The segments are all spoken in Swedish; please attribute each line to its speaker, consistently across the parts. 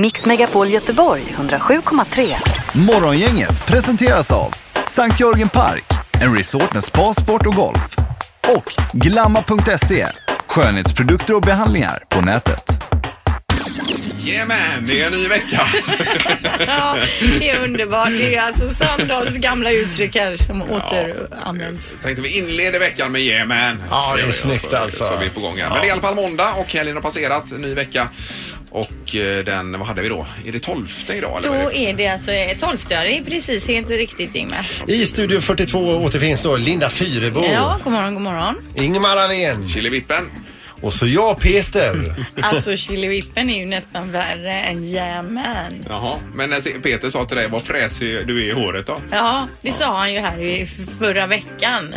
Speaker 1: Mix Megapol Göteborg 107,3.
Speaker 2: Morgongänget presenteras av Sankt Jörgen Park, en resort med spa, sport och golf. Och Glamma.se, skönhetsprodukter och behandlingar på nätet.
Speaker 3: Jajamän, det är en ny vecka.
Speaker 4: Ja, det är underbart. Det är alltså Sandals gamla uttryck här som återanvänds.
Speaker 3: Tänkte vi inleder veckan med Jajamän.
Speaker 5: Ja, det är
Speaker 3: Så-
Speaker 5: snyggt
Speaker 3: så,
Speaker 5: alltså.
Speaker 3: Så vi är på gång här. Men det är i alla fall måndag och helgen har passerat, ny vecka. Och eh, den, vad hade vi då? Är det 12 idag eller?
Speaker 4: Då
Speaker 3: vad är det?
Speaker 4: är det alltså eh, 12 det är precis helt riktigt Ingmar.
Speaker 5: I studio 42 återfinns då Linda Fyrebo,
Speaker 3: Oh.
Speaker 4: Ja, god morgon, god morgon.
Speaker 5: Ingemar Ahlén
Speaker 3: Chilivippen.
Speaker 5: och så jag Peter.
Speaker 4: Alltså chilivippen är ju nästan värre än jajamän.
Speaker 3: Jaha. Men eh, se- Peter sa till dig, vad fräsig du är i håret då.
Speaker 4: Ja, det sa han ju här i förra veckan.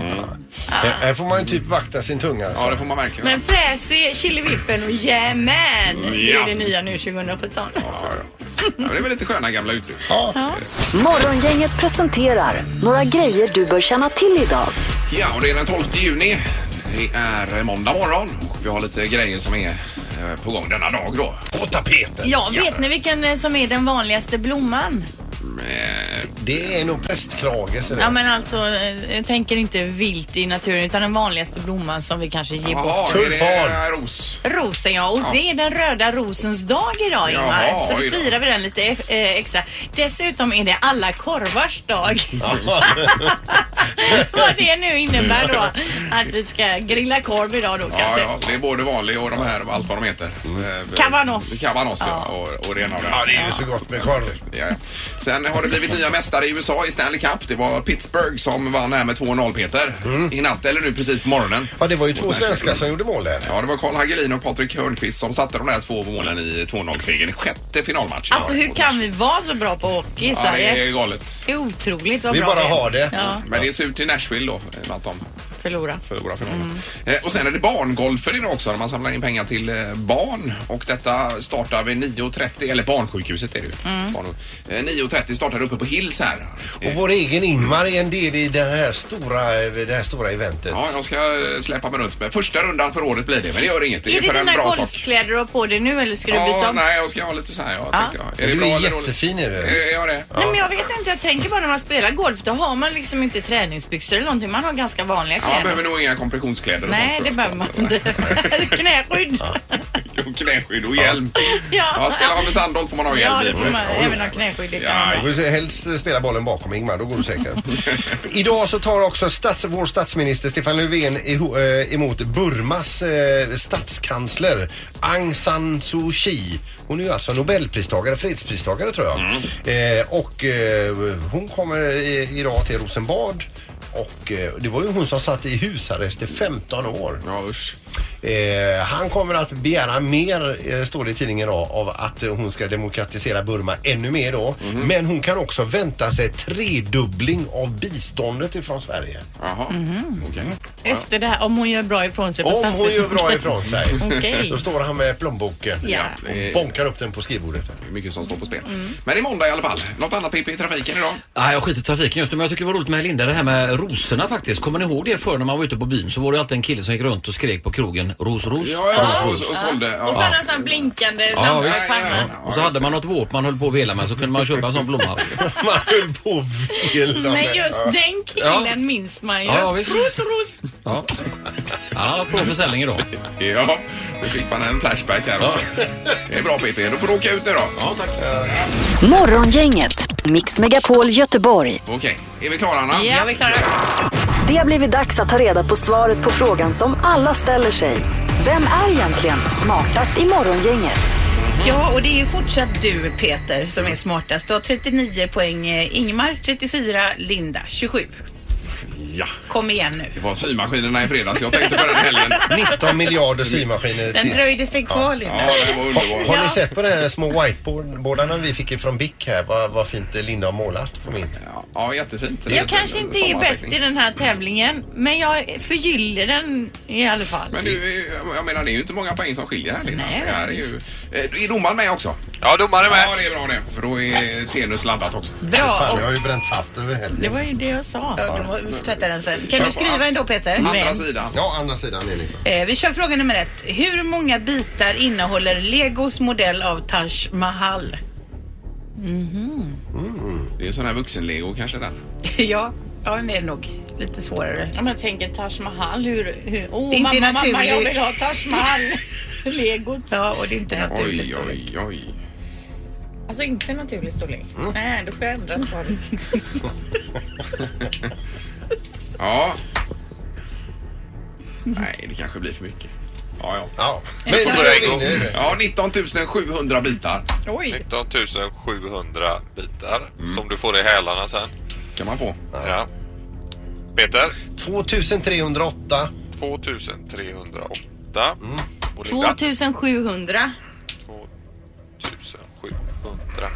Speaker 5: Här- Här får man ju typ vakta sin tunga.
Speaker 3: Ja,
Speaker 5: Alltså.
Speaker 3: det får man verkligen.
Speaker 4: Men fräsig, chilivippen och jajamän, det
Speaker 3: Ja.
Speaker 4: är det nya nu 2017.
Speaker 3: Ja, ja. Ja, men det är väl lite sköna gamla uttryck.
Speaker 1: Morgongänget presenterar några grejer du bör känna till idag.
Speaker 3: Ja, och det är den 12 juni. Det är eh, måndag morgon och vi har lite grejer som är eh, på gång denna dag då. På tapeten.
Speaker 4: Ja, vet ni vilken eh, som är den vanligaste blomman?
Speaker 3: Eh,
Speaker 5: Det är nog prästkrage. så det-
Speaker 4: Ja men alltså, eh, jag tänker inte vilt i naturen utan den vanligaste blomman som vi kanske ger bort.
Speaker 3: Jaha, är det
Speaker 5: Tulpan.
Speaker 3: ros?
Speaker 4: Rosen ja, och det är den röda rosens dag idag Ingmar.
Speaker 3: Jaha,
Speaker 4: Så då
Speaker 3: oj då.
Speaker 4: firar vi den lite eh, extra. Dessutom är det alla korvars dag. Vad det nu innebär då att vi ska grilla korv idag då
Speaker 3: Ja,
Speaker 4: kanske.
Speaker 3: ja, det är både vanlig och de här, allt vad de heter. Eh,
Speaker 4: Kavanoss.
Speaker 3: Kavanoss, ja. Och, och det ena och det
Speaker 5: Ja,
Speaker 3: andra.
Speaker 5: det är ju så gott med korv.
Speaker 3: Ja, ja. Sen har det blivit nya mästare i USA i Stanley Cup. Det var Pittsburgh som vann här med 2-0 Peter. I natt eller nu precis på morgonen.
Speaker 5: Ja, det var ju två svenskar som gjorde mål där.
Speaker 3: Ja, det var Carl Hagelin och Patrik Hörnqvist som satte de där två målen i 2-0-segern i sjätte finalmatchen.
Speaker 4: Alltså hur kan vi vara så bra på hockey i
Speaker 3: Ja, det
Speaker 4: Sverige?
Speaker 3: är galet.
Speaker 4: Det är otroligt vad
Speaker 5: Vi
Speaker 4: bra
Speaker 5: bara
Speaker 4: är.
Speaker 5: har det.
Speaker 4: Ja,
Speaker 3: Men det är surt i Nashville då, i och med att de
Speaker 4: förlora.
Speaker 3: förlora finalen.
Speaker 4: Mm.
Speaker 3: Eh, och sen är det barngolfer idag också där man samlar in pengar till eh, barn och detta startar vid 9.30, eller barnsjukhuset är det ju.
Speaker 4: Mm.
Speaker 3: Barn- eh, 9.30 startar uppe på Hills här.
Speaker 5: Och vår egen Ingmar är en del i den här stora, det här stora eventet.
Speaker 3: Ja, jag ska släppa mig runt med. Första rundan för året blir det, men det gör inget.
Speaker 4: Är det
Speaker 3: för en
Speaker 4: dina
Speaker 3: bra sak.
Speaker 4: golfkläder du har på dig nu eller ska du byta
Speaker 3: Ja,
Speaker 4: om?
Speaker 3: nej, jag ska ha lite så här. Ja,
Speaker 4: Ja.
Speaker 3: tänkte jag. Är det
Speaker 5: Du
Speaker 3: bra
Speaker 5: är
Speaker 3: eller dåligt?
Speaker 5: jättefin är
Speaker 3: Är
Speaker 5: du.
Speaker 3: är jag det?
Speaker 4: Nej men jag vet inte, jag tänker bara när man spelar golf då har man liksom inte träningsbyxor eller någonting. Man har ganska vanliga
Speaker 3: Ja, man
Speaker 4: kläder.
Speaker 3: behöver nog inga kompressionskläder och
Speaker 4: Nej
Speaker 3: sånt, tror
Speaker 4: det
Speaker 3: jag.
Speaker 4: behöver man inte. Knäskydd.
Speaker 3: Och knäskydd och hjälm.
Speaker 4: Ja.
Speaker 3: Ja, spelar man med sandboll får man ha hjälm.
Speaker 4: Ja,
Speaker 3: i.
Speaker 4: det får man
Speaker 3: Ja,
Speaker 4: även ha knäskydd. Det kan
Speaker 3: Ja,
Speaker 4: man
Speaker 5: Du
Speaker 4: ha.
Speaker 5: får ju helst spela bollen bakom Ingmar, då går du säkert. Idag så tar också stats, vår statsminister Stefan Löfven iho- eh, emot Burmas eh, statskansler Aung San Suu Kyi. Hon är ju alltså nobelpristagare, fredspristagare tror jag. Eh, och eh, hon kommer i, idag till Rosenbad. Och eh, det var ju hon som satt i husarrest i 15 år.
Speaker 3: Ja, usch.
Speaker 5: Eh, han kommer att begära mer, eh, står det i tidningen idag, av att eh, hon ska demokratisera Burma ännu mer då.
Speaker 4: Mhm.
Speaker 5: Men hon kan också vänta sig tredubbling av biståndet ifrån Sverige.
Speaker 3: Jaha,
Speaker 4: Mhm.
Speaker 3: okej.
Speaker 4: Efter det här, om hon gör bra ifrån sig på
Speaker 5: Om hon gör bra
Speaker 4: statsbudgeten.
Speaker 5: ifrån sig.
Speaker 4: Okej.
Speaker 5: Då står han med plånboken
Speaker 4: Ja.
Speaker 5: och bonkar upp den på skrivbordet.
Speaker 3: Det är mycket som står på spel. Men det är måndag i alla fall. Något annat Pippi i trafiken idag?
Speaker 6: Nej, jag skiter i trafiken just nu, men jag tycker det var roligt med Linda, det här med rosorna faktiskt. Kommer ni ihåg det förr när man var ute på byn så var det alltid en kille som gick runt och skrek på krogen ros, ros,
Speaker 3: Ja, ja, och, och
Speaker 6: ros, ros.
Speaker 3: sålde.
Speaker 4: Och så
Speaker 3: Ja.
Speaker 4: hade han sån här blinkande
Speaker 6: Ja,
Speaker 4: lampor i
Speaker 6: visst.
Speaker 4: pannan.
Speaker 3: Ja,
Speaker 6: Och så
Speaker 3: just
Speaker 6: hade man något våp man höll på att vela med så kunde man köpa en sån blomma.
Speaker 5: Man höll på att vela
Speaker 4: Men
Speaker 5: med.
Speaker 4: just den killen minns man ju.
Speaker 6: Ja, visst.
Speaker 4: Ros, ros.
Speaker 6: Ja, ja bra försäljning idag.
Speaker 3: ja, nu fick man en flashback här också. Det är bra Pippi. Då får du åka ut nu då. Ja, tack.
Speaker 1: Morgongänget, Mix Megapol Göteborg.
Speaker 3: Okej, är vi klara Anna?
Speaker 4: Ja, vi klarar
Speaker 1: Det har blivit dags att ta reda på svaret på frågan som alla ställer sig. Vem är egentligen smartast i morgongänget?
Speaker 4: Ja, och det är ju fortsatt du Peter som är smartast. Du har 39 poäng. eh, Ingmar 34, Linda 27.
Speaker 3: Ja.
Speaker 4: Kom igen nu.
Speaker 3: Det var symaskinerna i fredags. Jag tänkte på den helgen.
Speaker 5: 19 miljarder symaskiner
Speaker 4: Den
Speaker 5: till.
Speaker 4: dröjde sig kvar Linda.
Speaker 3: Ja, det var
Speaker 5: Har, har
Speaker 3: underbart.
Speaker 5: ni sett på de här små whiteboardarna vi fick från Bic här? Vad, vad fint Linda har målat på min.
Speaker 3: Ja, Ja, jättefint. Det är
Speaker 4: Jag
Speaker 3: ett-
Speaker 4: kanske inte är bäst i
Speaker 3: sommarteckning.
Speaker 4: den här tävlingen, men jag förgyller den i alla fall.
Speaker 3: Men du, är- jag menar det är ju inte många poäng som skiljer här Linda.
Speaker 4: Nej,
Speaker 3: det här är ju... Eh, Är domaren med också?
Speaker 7: Ja, domaren
Speaker 3: Ja,
Speaker 7: med.
Speaker 3: det är bra det. För då är Tenus laddat också.
Speaker 4: Bra.
Speaker 5: Fan,
Speaker 4: Och
Speaker 5: jag har ju bränt fast över helgen.
Speaker 4: det var ju det jag sa. Du måste tvätta
Speaker 8: hittar den sen. Kan du skriva ändå Peter?
Speaker 3: Andra sidan.
Speaker 5: Ja, andra sidan är det.
Speaker 8: Eh, vi kör fråga nummer ett. Hur många bitar innehåller Legos modell av Taj Mahal?
Speaker 3: Det är ju sån här vuxenlego kanske den.
Speaker 8: ja, ja, det är nog lite svårare.
Speaker 9: Ja, men jag tänker Taj Mahal. Hur, hur, oh,
Speaker 8: Det är
Speaker 9: mamma,
Speaker 8: inte
Speaker 9: mamma,
Speaker 8: naturlig-
Speaker 9: jag vill ha Taj Mahal. Legot.
Speaker 8: Ja, och det är inte naturligt.
Speaker 3: Oj,
Speaker 8: då.
Speaker 3: oj, oj.
Speaker 9: Alltså inte naturlig storlek.
Speaker 8: Mm.
Speaker 9: Nej, då får jag ändra svaret.
Speaker 3: Ja. Nej, det kanske blir för mycket. Ja, ja.
Speaker 5: Ja. Men kör vi nu.
Speaker 3: Ja, 19 700 bitar
Speaker 9: Oj,
Speaker 10: 19 700 bitar som du får i hälarna sen.
Speaker 3: kan man få.
Speaker 10: Mm. Ja. Peter,
Speaker 5: 2308.
Speaker 10: 2308. Och Linda,
Speaker 4: 2700.
Speaker 10: 2700.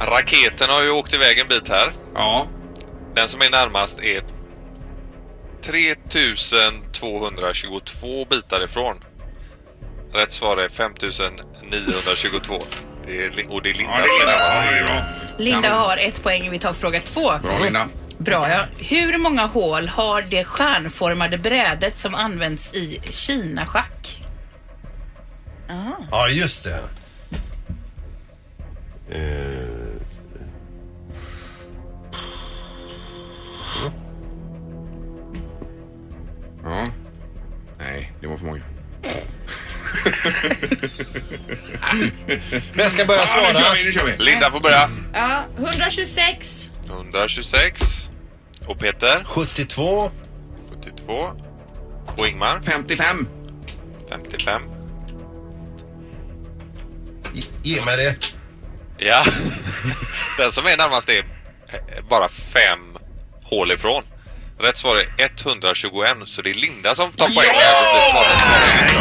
Speaker 10: Raketen har ju åkt iväg en bit här.
Speaker 3: Ja,
Speaker 10: Den som är närmast är 3222 bitar ifrån. Rätt svar är 5922. Det är, Li- och det är Linda
Speaker 3: ja det
Speaker 10: som är
Speaker 3: är
Speaker 10: närmast.
Speaker 3: bra.
Speaker 8: Linda har ett poäng. Vi tar fråga två.
Speaker 3: Bra Linda.
Speaker 8: Bra, ja. Hur många hål har det stjärnformade brädet som används i Kina-schack?
Speaker 5: Ja, just det. Eh,
Speaker 3: Ja. Nej, det var för många.
Speaker 5: Men jag ska börja
Speaker 3: Ja, nu kör
Speaker 5: svara.
Speaker 3: vi, nu kör vi.
Speaker 10: Linda får börja.
Speaker 4: Ja, 126.
Speaker 10: 126. Och Peter
Speaker 5: 72.
Speaker 10: 72. Och Ingmar
Speaker 3: 55.
Speaker 10: 55.
Speaker 5: Ge- Ge mig det.
Speaker 10: Ja, den som är närmast är eh, bara fem hål ifrån. Rätt svar är 121, så det är Linda som tar poäng.
Speaker 5: Nej,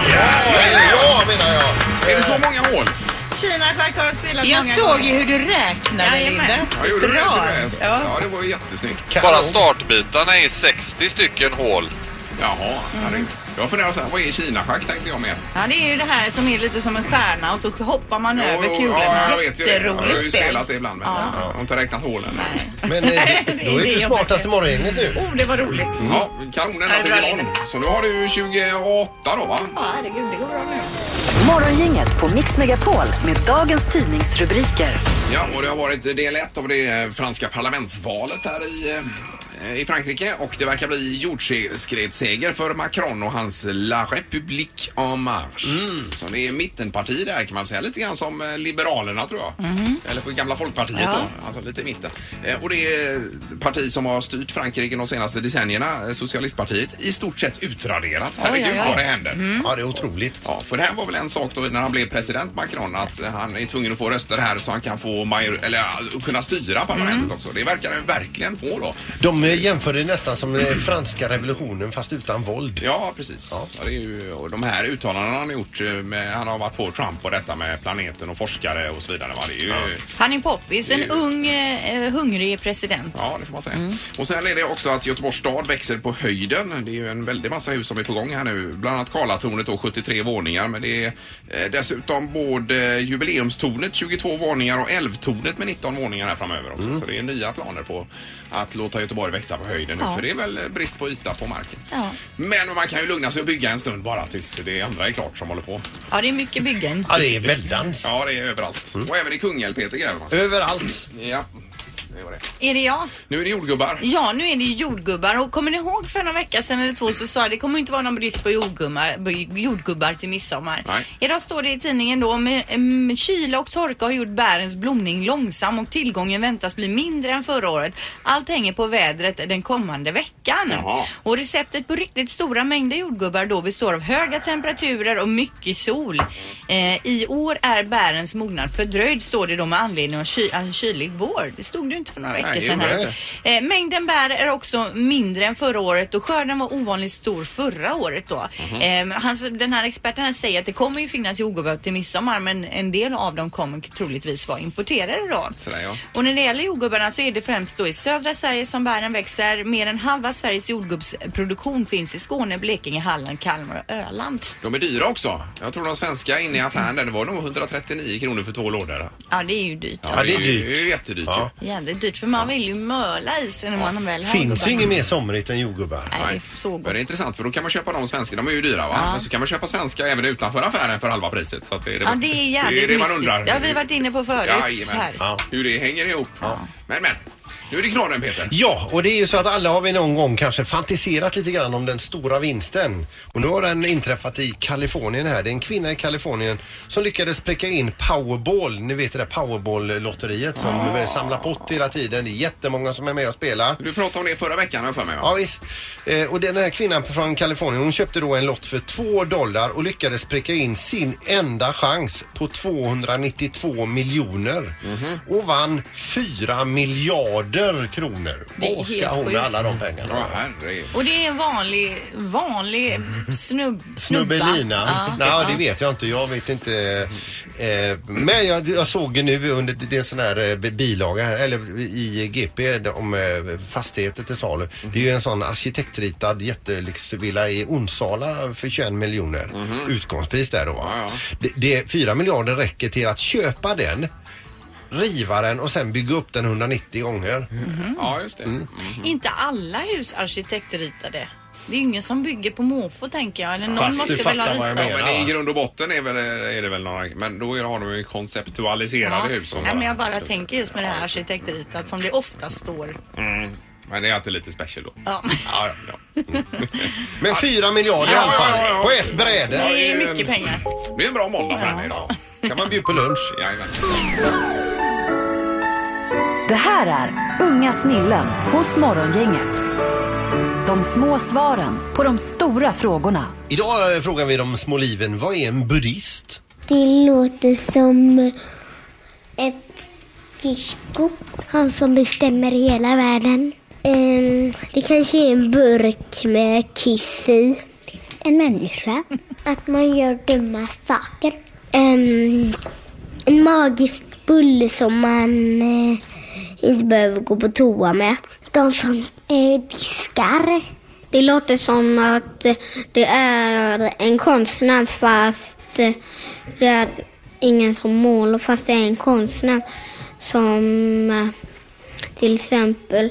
Speaker 5: ja, menar jag.
Speaker 3: Är det så många hål?
Speaker 4: Kina Schack har jag spelat
Speaker 8: Jag
Speaker 4: många
Speaker 8: såg ju hur
Speaker 4: gånger.
Speaker 8: du räknade,
Speaker 4: Jajamän.
Speaker 8: Linda.
Speaker 3: Ja, gjorde du
Speaker 8: Bra.
Speaker 3: det?
Speaker 8: Ja.
Speaker 3: Ja, det var ju jättesnyggt.
Speaker 10: Bara startbitarna är 60 stycken hål.
Speaker 3: Jaha, herregud. Jag funderar så här, vad är Kina-schack tänkte jag med.
Speaker 4: Ja, det är ju det här som är lite som en stjärna och så hoppar man över
Speaker 3: Jo, jo,
Speaker 4: kulorna.
Speaker 3: Ja, jag vet ju det. Jag har
Speaker 8: Jätteroligt
Speaker 3: ju
Speaker 8: spel.
Speaker 3: spelat det ibland, men jag har inte räknat hålen.
Speaker 5: Men eh, då är
Speaker 9: det
Speaker 5: du
Speaker 9: jag
Speaker 5: smartast i morgongänget nu.
Speaker 4: Oh, det var roligt.
Speaker 3: Ja, kanon ända
Speaker 8: Ja, det
Speaker 3: tills
Speaker 8: var
Speaker 3: imorgon. Så nu har du 28 då, va?
Speaker 4: Ja, herregud, det går bra nu.
Speaker 1: Morgongänget på Mix Megapol med dagens tidningsrubriker.
Speaker 3: Ja, och det har varit del ett av det eh, franska parlamentsvalet här i, eh, i Frankrike och det verkar bli jordskredsseger för Macron och hans La République en Marche.
Speaker 8: Mm.
Speaker 3: Så det är mittenparti där kan man säga, lite grann som eh, Liberalerna tror jag.
Speaker 8: Mhm.
Speaker 3: Eller för gamla Folkpartiet då, alltså lite i mitten. Eh, Och det är parti som har styrt Frankrike de senaste decennierna, eh, Socialistpartiet, i stort sett utraderat. Herregud vad det händer.
Speaker 5: Ja, det är otroligt.
Speaker 3: Ja, för det här var väl en sak då när han blev president Macron att han är tvungen att få röster här så han kan få major- eller ja, kunna styra parlamentet också. Det verkar han verkligen få då.
Speaker 5: De eh, jämför det nästan som eh, franska revolutionen fast utan våld.
Speaker 3: Ja, precis. Ja. det är ju, och de här uttalandena han har gjort, eh, med, han har varit på Trump och detta med planeten och forskare och så vidare. Va? Det är ju,
Speaker 4: Han är poppis, en ung eh, hungrig president.
Speaker 3: Ja, det får man säga. Och sen är det också att Göteborgs stad växer på höjden. Det är ju en väldig massa hus som är på gång här nu. Bland annat Karlatornet då, 73 våningar. Men det är eh, dessutom både Jubileumstornet 22 våningar och Älvtornet med 19 våningar här framöver också.
Speaker 4: Mm.
Speaker 3: Så det är nya planer på att låta Göteborg växa på höjden nu. För det är väl brist på yta på marken.
Speaker 4: Ja.
Speaker 3: Men man kan ju lugna sig och bygga en stund bara tills det andra är klart som håller på.
Speaker 4: Ja, det är mycket byggen.
Speaker 5: Ja, det är väldans.
Speaker 3: Ja, det är överallt.
Speaker 4: Mm.
Speaker 3: Och även i Kungälv, Peter Grävman.
Speaker 5: Överallt.
Speaker 3: Ja, det var det.
Speaker 4: Är det jag?
Speaker 3: Nu är det jordgubbar.
Speaker 4: Ja, nu är det ju jordgubbar. Och kommer ni ihåg för några vecka sedan eller två så sa jag det kommer inte vara någon brist på jordgubbar, på jordgubbar till midsommar.
Speaker 3: Nej.
Speaker 4: Idag står det i tidningen då med mm, kyla och torka har gjort bärens blomning långsam och tillgången väntas bli mindre än förra året. Allt hänger på vädret den kommande veckan.
Speaker 3: Jaha.
Speaker 4: Och receptet på riktigt stora mängder jordgubbar då består av höga temperaturer och mycket sol. Eh, I år är bärens mognad fördröjd står det då med anledning av ky- en kylig vår. Det stod det ju inte för några veckor
Speaker 3: Nej, det
Speaker 4: sedan.
Speaker 3: gjorde
Speaker 4: Här. Eh, mängden bär är också mindre än förra året och skörden var ovanligt stor förra året då.
Speaker 5: Mhm.
Speaker 4: Eh, hans, den här experten här säger att det kommer ju finnas jordgubbar till midsommar men en del av dem kommer troligtvis vara importerade då.
Speaker 3: Sådär, ja.
Speaker 4: Och när det gäller jordgubbarna så är det främst då i södra Sverige som bären växer. Mer än halva Sveriges jordgubbsproduktion finns i Skåne, Blekinge, Halland, Kalmar och Öland.
Speaker 3: De är dyra också. Jag tror de svenska inne i affären där, det var nog 139 kronor för två lådor.
Speaker 4: Ja, det är ju dyrt.
Speaker 5: Ja, det är
Speaker 3: Det är
Speaker 5: dyrt.
Speaker 3: ju jättedyrt
Speaker 5: Ja.
Speaker 3: ju.
Speaker 4: väldigt dyrt för man vill ju möla i sig när man väl har
Speaker 5: Finns ju
Speaker 4: jordgubbar.
Speaker 5: inget mer somrigt än jordgubbar.
Speaker 4: Nej, det är så
Speaker 3: För
Speaker 4: gott.
Speaker 3: det är intressant för då kan man köpa de svenska, de är ju dyra va? Men så kan man köpa svenska även utanför affären för halva priset. Så att det,
Speaker 4: Ja, det är jävligt
Speaker 3: det det man
Speaker 4: mystiskt.
Speaker 3: undrar.
Speaker 4: Det har vi varit inne på förut
Speaker 3: Jajamän.
Speaker 4: här.
Speaker 5: Ja.
Speaker 3: Hur det hänger ihop. Men men, nu är det knorren Peter.
Speaker 5: Ja, och det är ju så att alla har vi någon gång kanske fantiserat lite grann om den stora vinsten. Och nu har den inträffat i Kalifornien här. Det är en kvinna i Kalifornien som lyckades pricka in Powerball. Ni vet det där Powerball-lotteriet som samlar pott hela tiden. Det är jättemånga som är med och spelar.
Speaker 3: Du pratade om det förra veckan har jag för mig
Speaker 5: Ja
Speaker 3: va?
Speaker 5: visst. Eh, och den här kvinnan från Kalifornien hon köpte då en lott för 2 dollar och lyckades pricka in sin enda chans på 292 miljoner.
Speaker 4: Mhm.
Speaker 5: Och vann 4 miljarder kronor.
Speaker 4: Det är
Speaker 5: Vad ska
Speaker 4: helt
Speaker 5: hon med
Speaker 4: sjukt.
Speaker 5: alla de pengarna?
Speaker 3: Ja, herregud.
Speaker 4: Och det är en vanlig, vanlig snubb, snubba.
Speaker 5: Snubbelina? Nej,
Speaker 4: Ja.
Speaker 5: det vet jag inte. Jag vet inte. Eh, men jag, jag såg ju nu under, det är en sån här eh, bilaga här, eller i GP om eh, fastigheter till salu.
Speaker 3: Mhm.
Speaker 5: Det är ju en sån arkitektritad jättelyxvilla i Onsala för 21 miljoner. Utgångspris där då. va?
Speaker 3: Mhm. Ja,
Speaker 5: Det, det, 4 miljarder räcker till att köpa den, riva den och sen bygga upp den 190 gånger.
Speaker 3: Ja, just det. Mm.
Speaker 4: Inte alla hus arkitektritade. Det är ingen som bygger på måfå tänker jag. Eller någon
Speaker 5: Fast du
Speaker 4: måste väl
Speaker 5: fattar
Speaker 4: ha
Speaker 5: vad jag
Speaker 4: ritat.
Speaker 5: menar.
Speaker 3: Men i grund och botten är, väl, är det väl några, men då är, har de ju konceptualiserade hus. som
Speaker 4: Nej, men jag bara tänker just med det här arkitektritat som det ofta står.
Speaker 3: Men det är alltid lite special då.
Speaker 4: Ja.
Speaker 3: Ja, ja, ja.
Speaker 5: Men 4 miljarder i alla fall,
Speaker 3: ja, ja.
Speaker 5: på ett bräde.
Speaker 4: Det
Speaker 3: det
Speaker 4: är
Speaker 3: är ju
Speaker 4: mycket
Speaker 3: en-
Speaker 4: pengar.
Speaker 3: Det är en bra måndag för henne idag.
Speaker 5: Kan man bjuda på lunch?
Speaker 3: Jajamän.
Speaker 1: Det här är Unga snillen hos Morgongänget. De små svaren på de stora frågorna.
Speaker 5: Idag eh, frågar vi de små liven, vad är en buddhist?
Speaker 11: Det låter som ett disco. Han som bestämmer hela världen. Ehm, det kanske är en burk med kiss i. En människa. Att man gör dumma saker. Ehm, en magisk bulle som man eh, inte behöver gå på toa med. De som eh, diskar. Det låter som att eh, det är en konstnär fast eh, det är ingen som målar fast det är en konstnär som eh, till exempel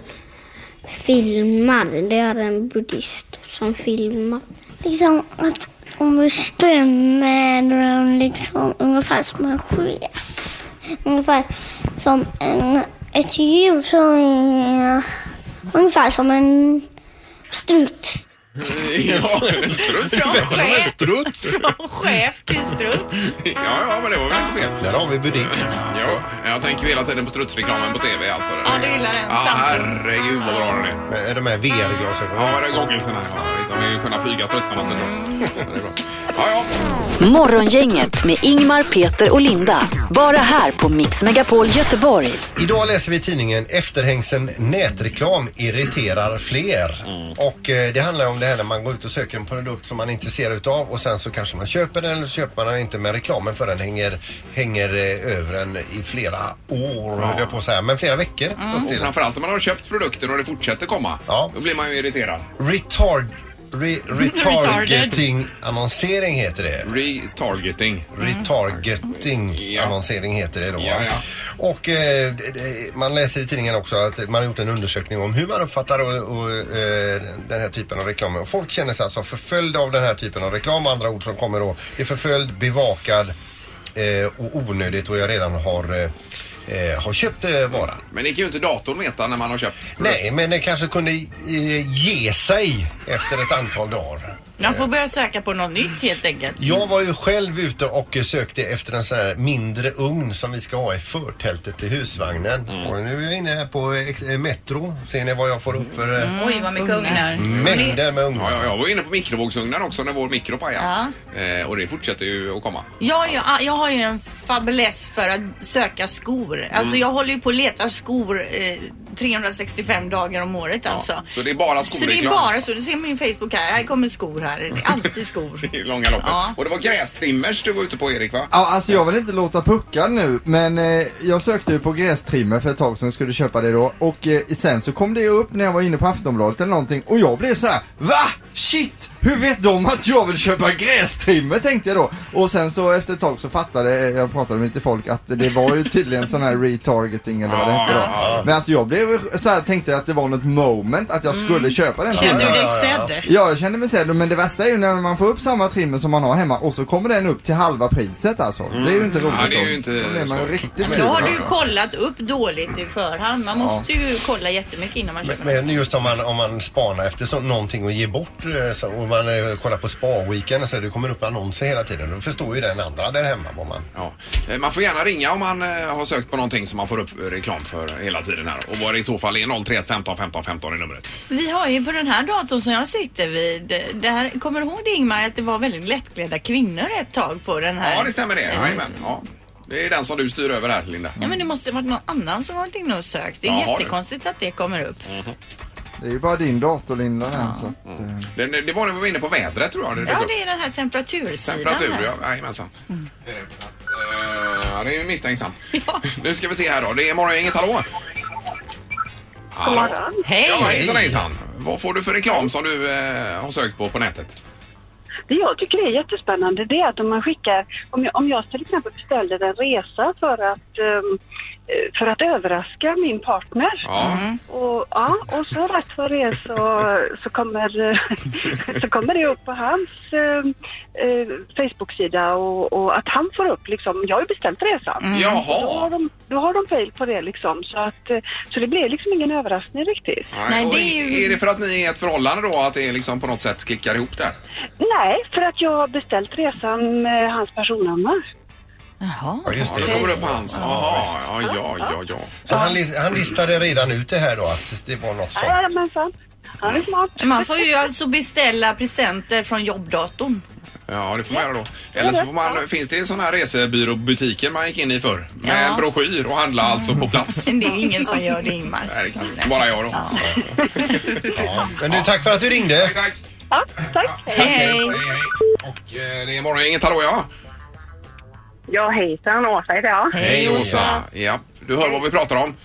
Speaker 11: filmar. Det är en buddhist som filmar. Liksom att hon bestämmer liksom ungefär som en chef. Ungefär som en, ett djur som är ungefär som en struts.
Speaker 3: Ja, struts ja.
Speaker 5: Som en struts.
Speaker 4: Från chef till struts.
Speaker 3: Ja, ja, men det var väl inte fel.
Speaker 5: Där har vi buddhist.
Speaker 3: Ja, jag tänker ju hela tiden på strutsreklamen på tv alltså.
Speaker 4: Ja, det gillar jag.
Speaker 3: Ja,
Speaker 4: Samsung.
Speaker 3: herregud vad bra det är.
Speaker 5: Med Eh, de här VR-glasögonen.
Speaker 3: Ja, det är gogglesarna. Ja, visst, de vill ju kunna flyga strutsarna så
Speaker 4: Mm.
Speaker 3: bra. Ja, det är bra. Ja, ja.
Speaker 1: Morgongänget med Ingmar, Peter och Linda. Bara här på Mix Megapol Göteborg.
Speaker 5: Idag läser vi i tidningen Efterhängsen nätreklam irriterar fler. Och eh, det handlar om det här när man går ut och söker en produkt som man är intresserad av och sen så kanske man köper den eller så köper man den inte men reklamen för den hänger, hänger eh, över en i flera år höll jag på att säga, men flera veckor. upp
Speaker 3: Och
Speaker 5: till.
Speaker 3: framförallt om man har köpt produkten och det fortsätter komma.
Speaker 5: Ja.
Speaker 3: Då blir man ju irriterad.
Speaker 5: Retard, re, retargeting annonsering heter det.
Speaker 3: Retargeting.
Speaker 5: Retargeting
Speaker 3: Mm. Ja.
Speaker 5: annonsering heter det då.
Speaker 3: Ja, ja.
Speaker 5: Och eh, det- det- man läser i tidningen också att man har gjort en undersökning om hur man uppfattar och, och, eh, den här typen av reklam. Och folk känner sig alltså förföljda av den här typen av reklam. Andra ord som kommer då är förföljd, bevakad eh, och onödigt och jag redan har, eh, eh, har köpt eh, varan.
Speaker 3: Men det kan ju inte datorn veta när man har köpt.
Speaker 5: Nej, men det kanske kunde eh, ge sig efter ett antal dagar.
Speaker 9: Man får börja söka på något nytt helt enkelt.
Speaker 5: Jag var ju själv ute och sökte efter en sån här mindre ugn som vi ska ha i förtältet till husvagnen.
Speaker 3: Mm.
Speaker 5: Och nu är jag inne här på ex- eh, Metro. Ser ni vad jag får upp för eh,
Speaker 8: Oj, vad mycket ugnar.
Speaker 5: mängder med ugnar?
Speaker 3: Mm. Ja, ja, jag var inne på mikrovågsugnar också när vår mikro pajade. Eh, och det fortsätter ju att komma.
Speaker 4: Jag, jag, jag har ju en fäbless för att söka skor.
Speaker 3: Mm.
Speaker 4: Alltså jag håller ju på och letar skor eh, 365 dagar om året alltså.
Speaker 3: så det är bara
Speaker 4: Så det är
Speaker 3: skoreklam.
Speaker 4: bara så. Du ser min Facebook här. Här kommer skor här. Det är alltid skor.
Speaker 3: I långa loppet.
Speaker 4: Ja.
Speaker 3: Och det var grästrimmers du var ute på Erik va?
Speaker 11: Ja, alltså jag vill inte låta puckad nu, men eh, jag sökte ju på grästrimmer för ett tag sedan skulle köpa det då och eh, sen så kom det ju upp när jag var inne på Aftonbladet eller någonting och jag blev så här: VA?
Speaker 12: Shit! Hur vet de att jag vill köpa grästrimmer tänkte jag då. Och sen så efter ett tag så fattade eh, jag, pratade med lite folk att det var ju tydligen sån här retargeting eller vad det hette då. Men alltså jag blev så här, tänkte att det var något moment att jag skulle köpa den.
Speaker 8: Kände du dig
Speaker 12: Ja, ja, ja.
Speaker 8: sedd?
Speaker 12: Ja, jag kände mig sedd. Men det värsta är ju när man får upp samma trimmer som man har hemma och så kommer den upp till halva priset alltså. Det är ju inte roligt.
Speaker 3: Mm. Ja, det är
Speaker 12: då.
Speaker 3: ju inte
Speaker 12: Då blir man ju
Speaker 3: smart.
Speaker 12: riktigt
Speaker 4: Så
Speaker 12: sur,
Speaker 4: har du ju
Speaker 12: alltså.
Speaker 4: kollat upp dåligt i förhand. Man
Speaker 5: Ja.
Speaker 4: måste ju kolla jättemycket innan man köper.
Speaker 5: Men just om man, om man spanar efter så, någonting och ger bort eh, så, och man eh, kollar på spa-weekend så det kommer upp annonser hela tiden. Då förstår ju den andra där hemma vad man...
Speaker 3: Ja. Eh, Man får gärna ringa om man eh, har sökt på någonting som man får upp eh, reklam för hela tiden här. Och vad det i så fall är 031 15 15 15 är numret.
Speaker 4: Vi har ju på den här datorn som jag sitter vid, där, kommer du ihåg det Ingmar att det var väldigt lättklädda kvinnor ett tag på den här?
Speaker 3: Ja, det stämmer det. Jajamän. Ja. Det är den som du styr över här, Linda.
Speaker 4: Ja men det måste varit någon annan som varit inne och sökt. Det är
Speaker 3: Jaha, du.
Speaker 4: jättekonstigt att det kommer upp.
Speaker 3: Mm.
Speaker 12: Det är ju bara din dator Linda den, så att, eh.
Speaker 3: Det, det var när vi var inne på vädret tror jag. Det dök
Speaker 4: Ja
Speaker 3: upp.
Speaker 4: det är den här temperatursidan
Speaker 3: Temperatur,
Speaker 4: här. Mm.
Speaker 3: ja. Jajamensan. Det är det. Eh, Ja, det är ju misstänksamt. Nu ska vi se här då. Det är Morgongänget, hallå! Hallå.
Speaker 13: morgon. Hej.
Speaker 3: Ja, hejsan hejsan! Vad får du för reklam som du eh, har sökt på på nätet?
Speaker 13: Det jag tycker är jättespännande det är att om man skickar, om jag, om jag till exempel beställde en resa för att, ehm, eh, för att överraska min partner.
Speaker 4: Mm.
Speaker 13: Och, ja, och så rätt vad det är så, så, kommer, eh, så kommer det upp på hans eh, eh, Facebook-sida och, och att han får upp liksom, jag har ju beställt resan.
Speaker 3: Mm. Jaha.
Speaker 13: Så Då har de, då har de pejl på det liksom så att, eh, så det blir liksom ingen överraskning riktigt.
Speaker 3: och är det för att ni är ett förhållande då, att det liksom på något sätt klickar ihop där?
Speaker 13: Nej, för att jag har beställt resan med hans personnummer.
Speaker 4: Jaha.
Speaker 5: Ja, just det.
Speaker 3: Ja, då kommer det upp hans. Jaha, ja, ja, ja, ja.
Speaker 5: Så han, lis- han listade redan ut det här då att det var något sånt.
Speaker 13: Jajamensan. Han är smart.
Speaker 4: Man får ju alltså beställa presenter från jobbdatorn.
Speaker 3: Ja, det får man göra då. Eller så får man, finns det sådana här resebyråbutiker man gick in i förr? Med en broschyr och handla alltså på plats.
Speaker 4: Det är ingen som gör det Ingmar.
Speaker 3: Nej, det kan Bara jag då.
Speaker 5: Men du, tack för att du ringde. Tack,
Speaker 3: tack.
Speaker 13: Ja, tack.
Speaker 4: Hej.
Speaker 3: Och eh, det är Morgongänget, hallå ja!
Speaker 13: Ja, hejsan. Åsa heter jag.
Speaker 3: Hej Åsa! Ja, du hör vad vi pratar om.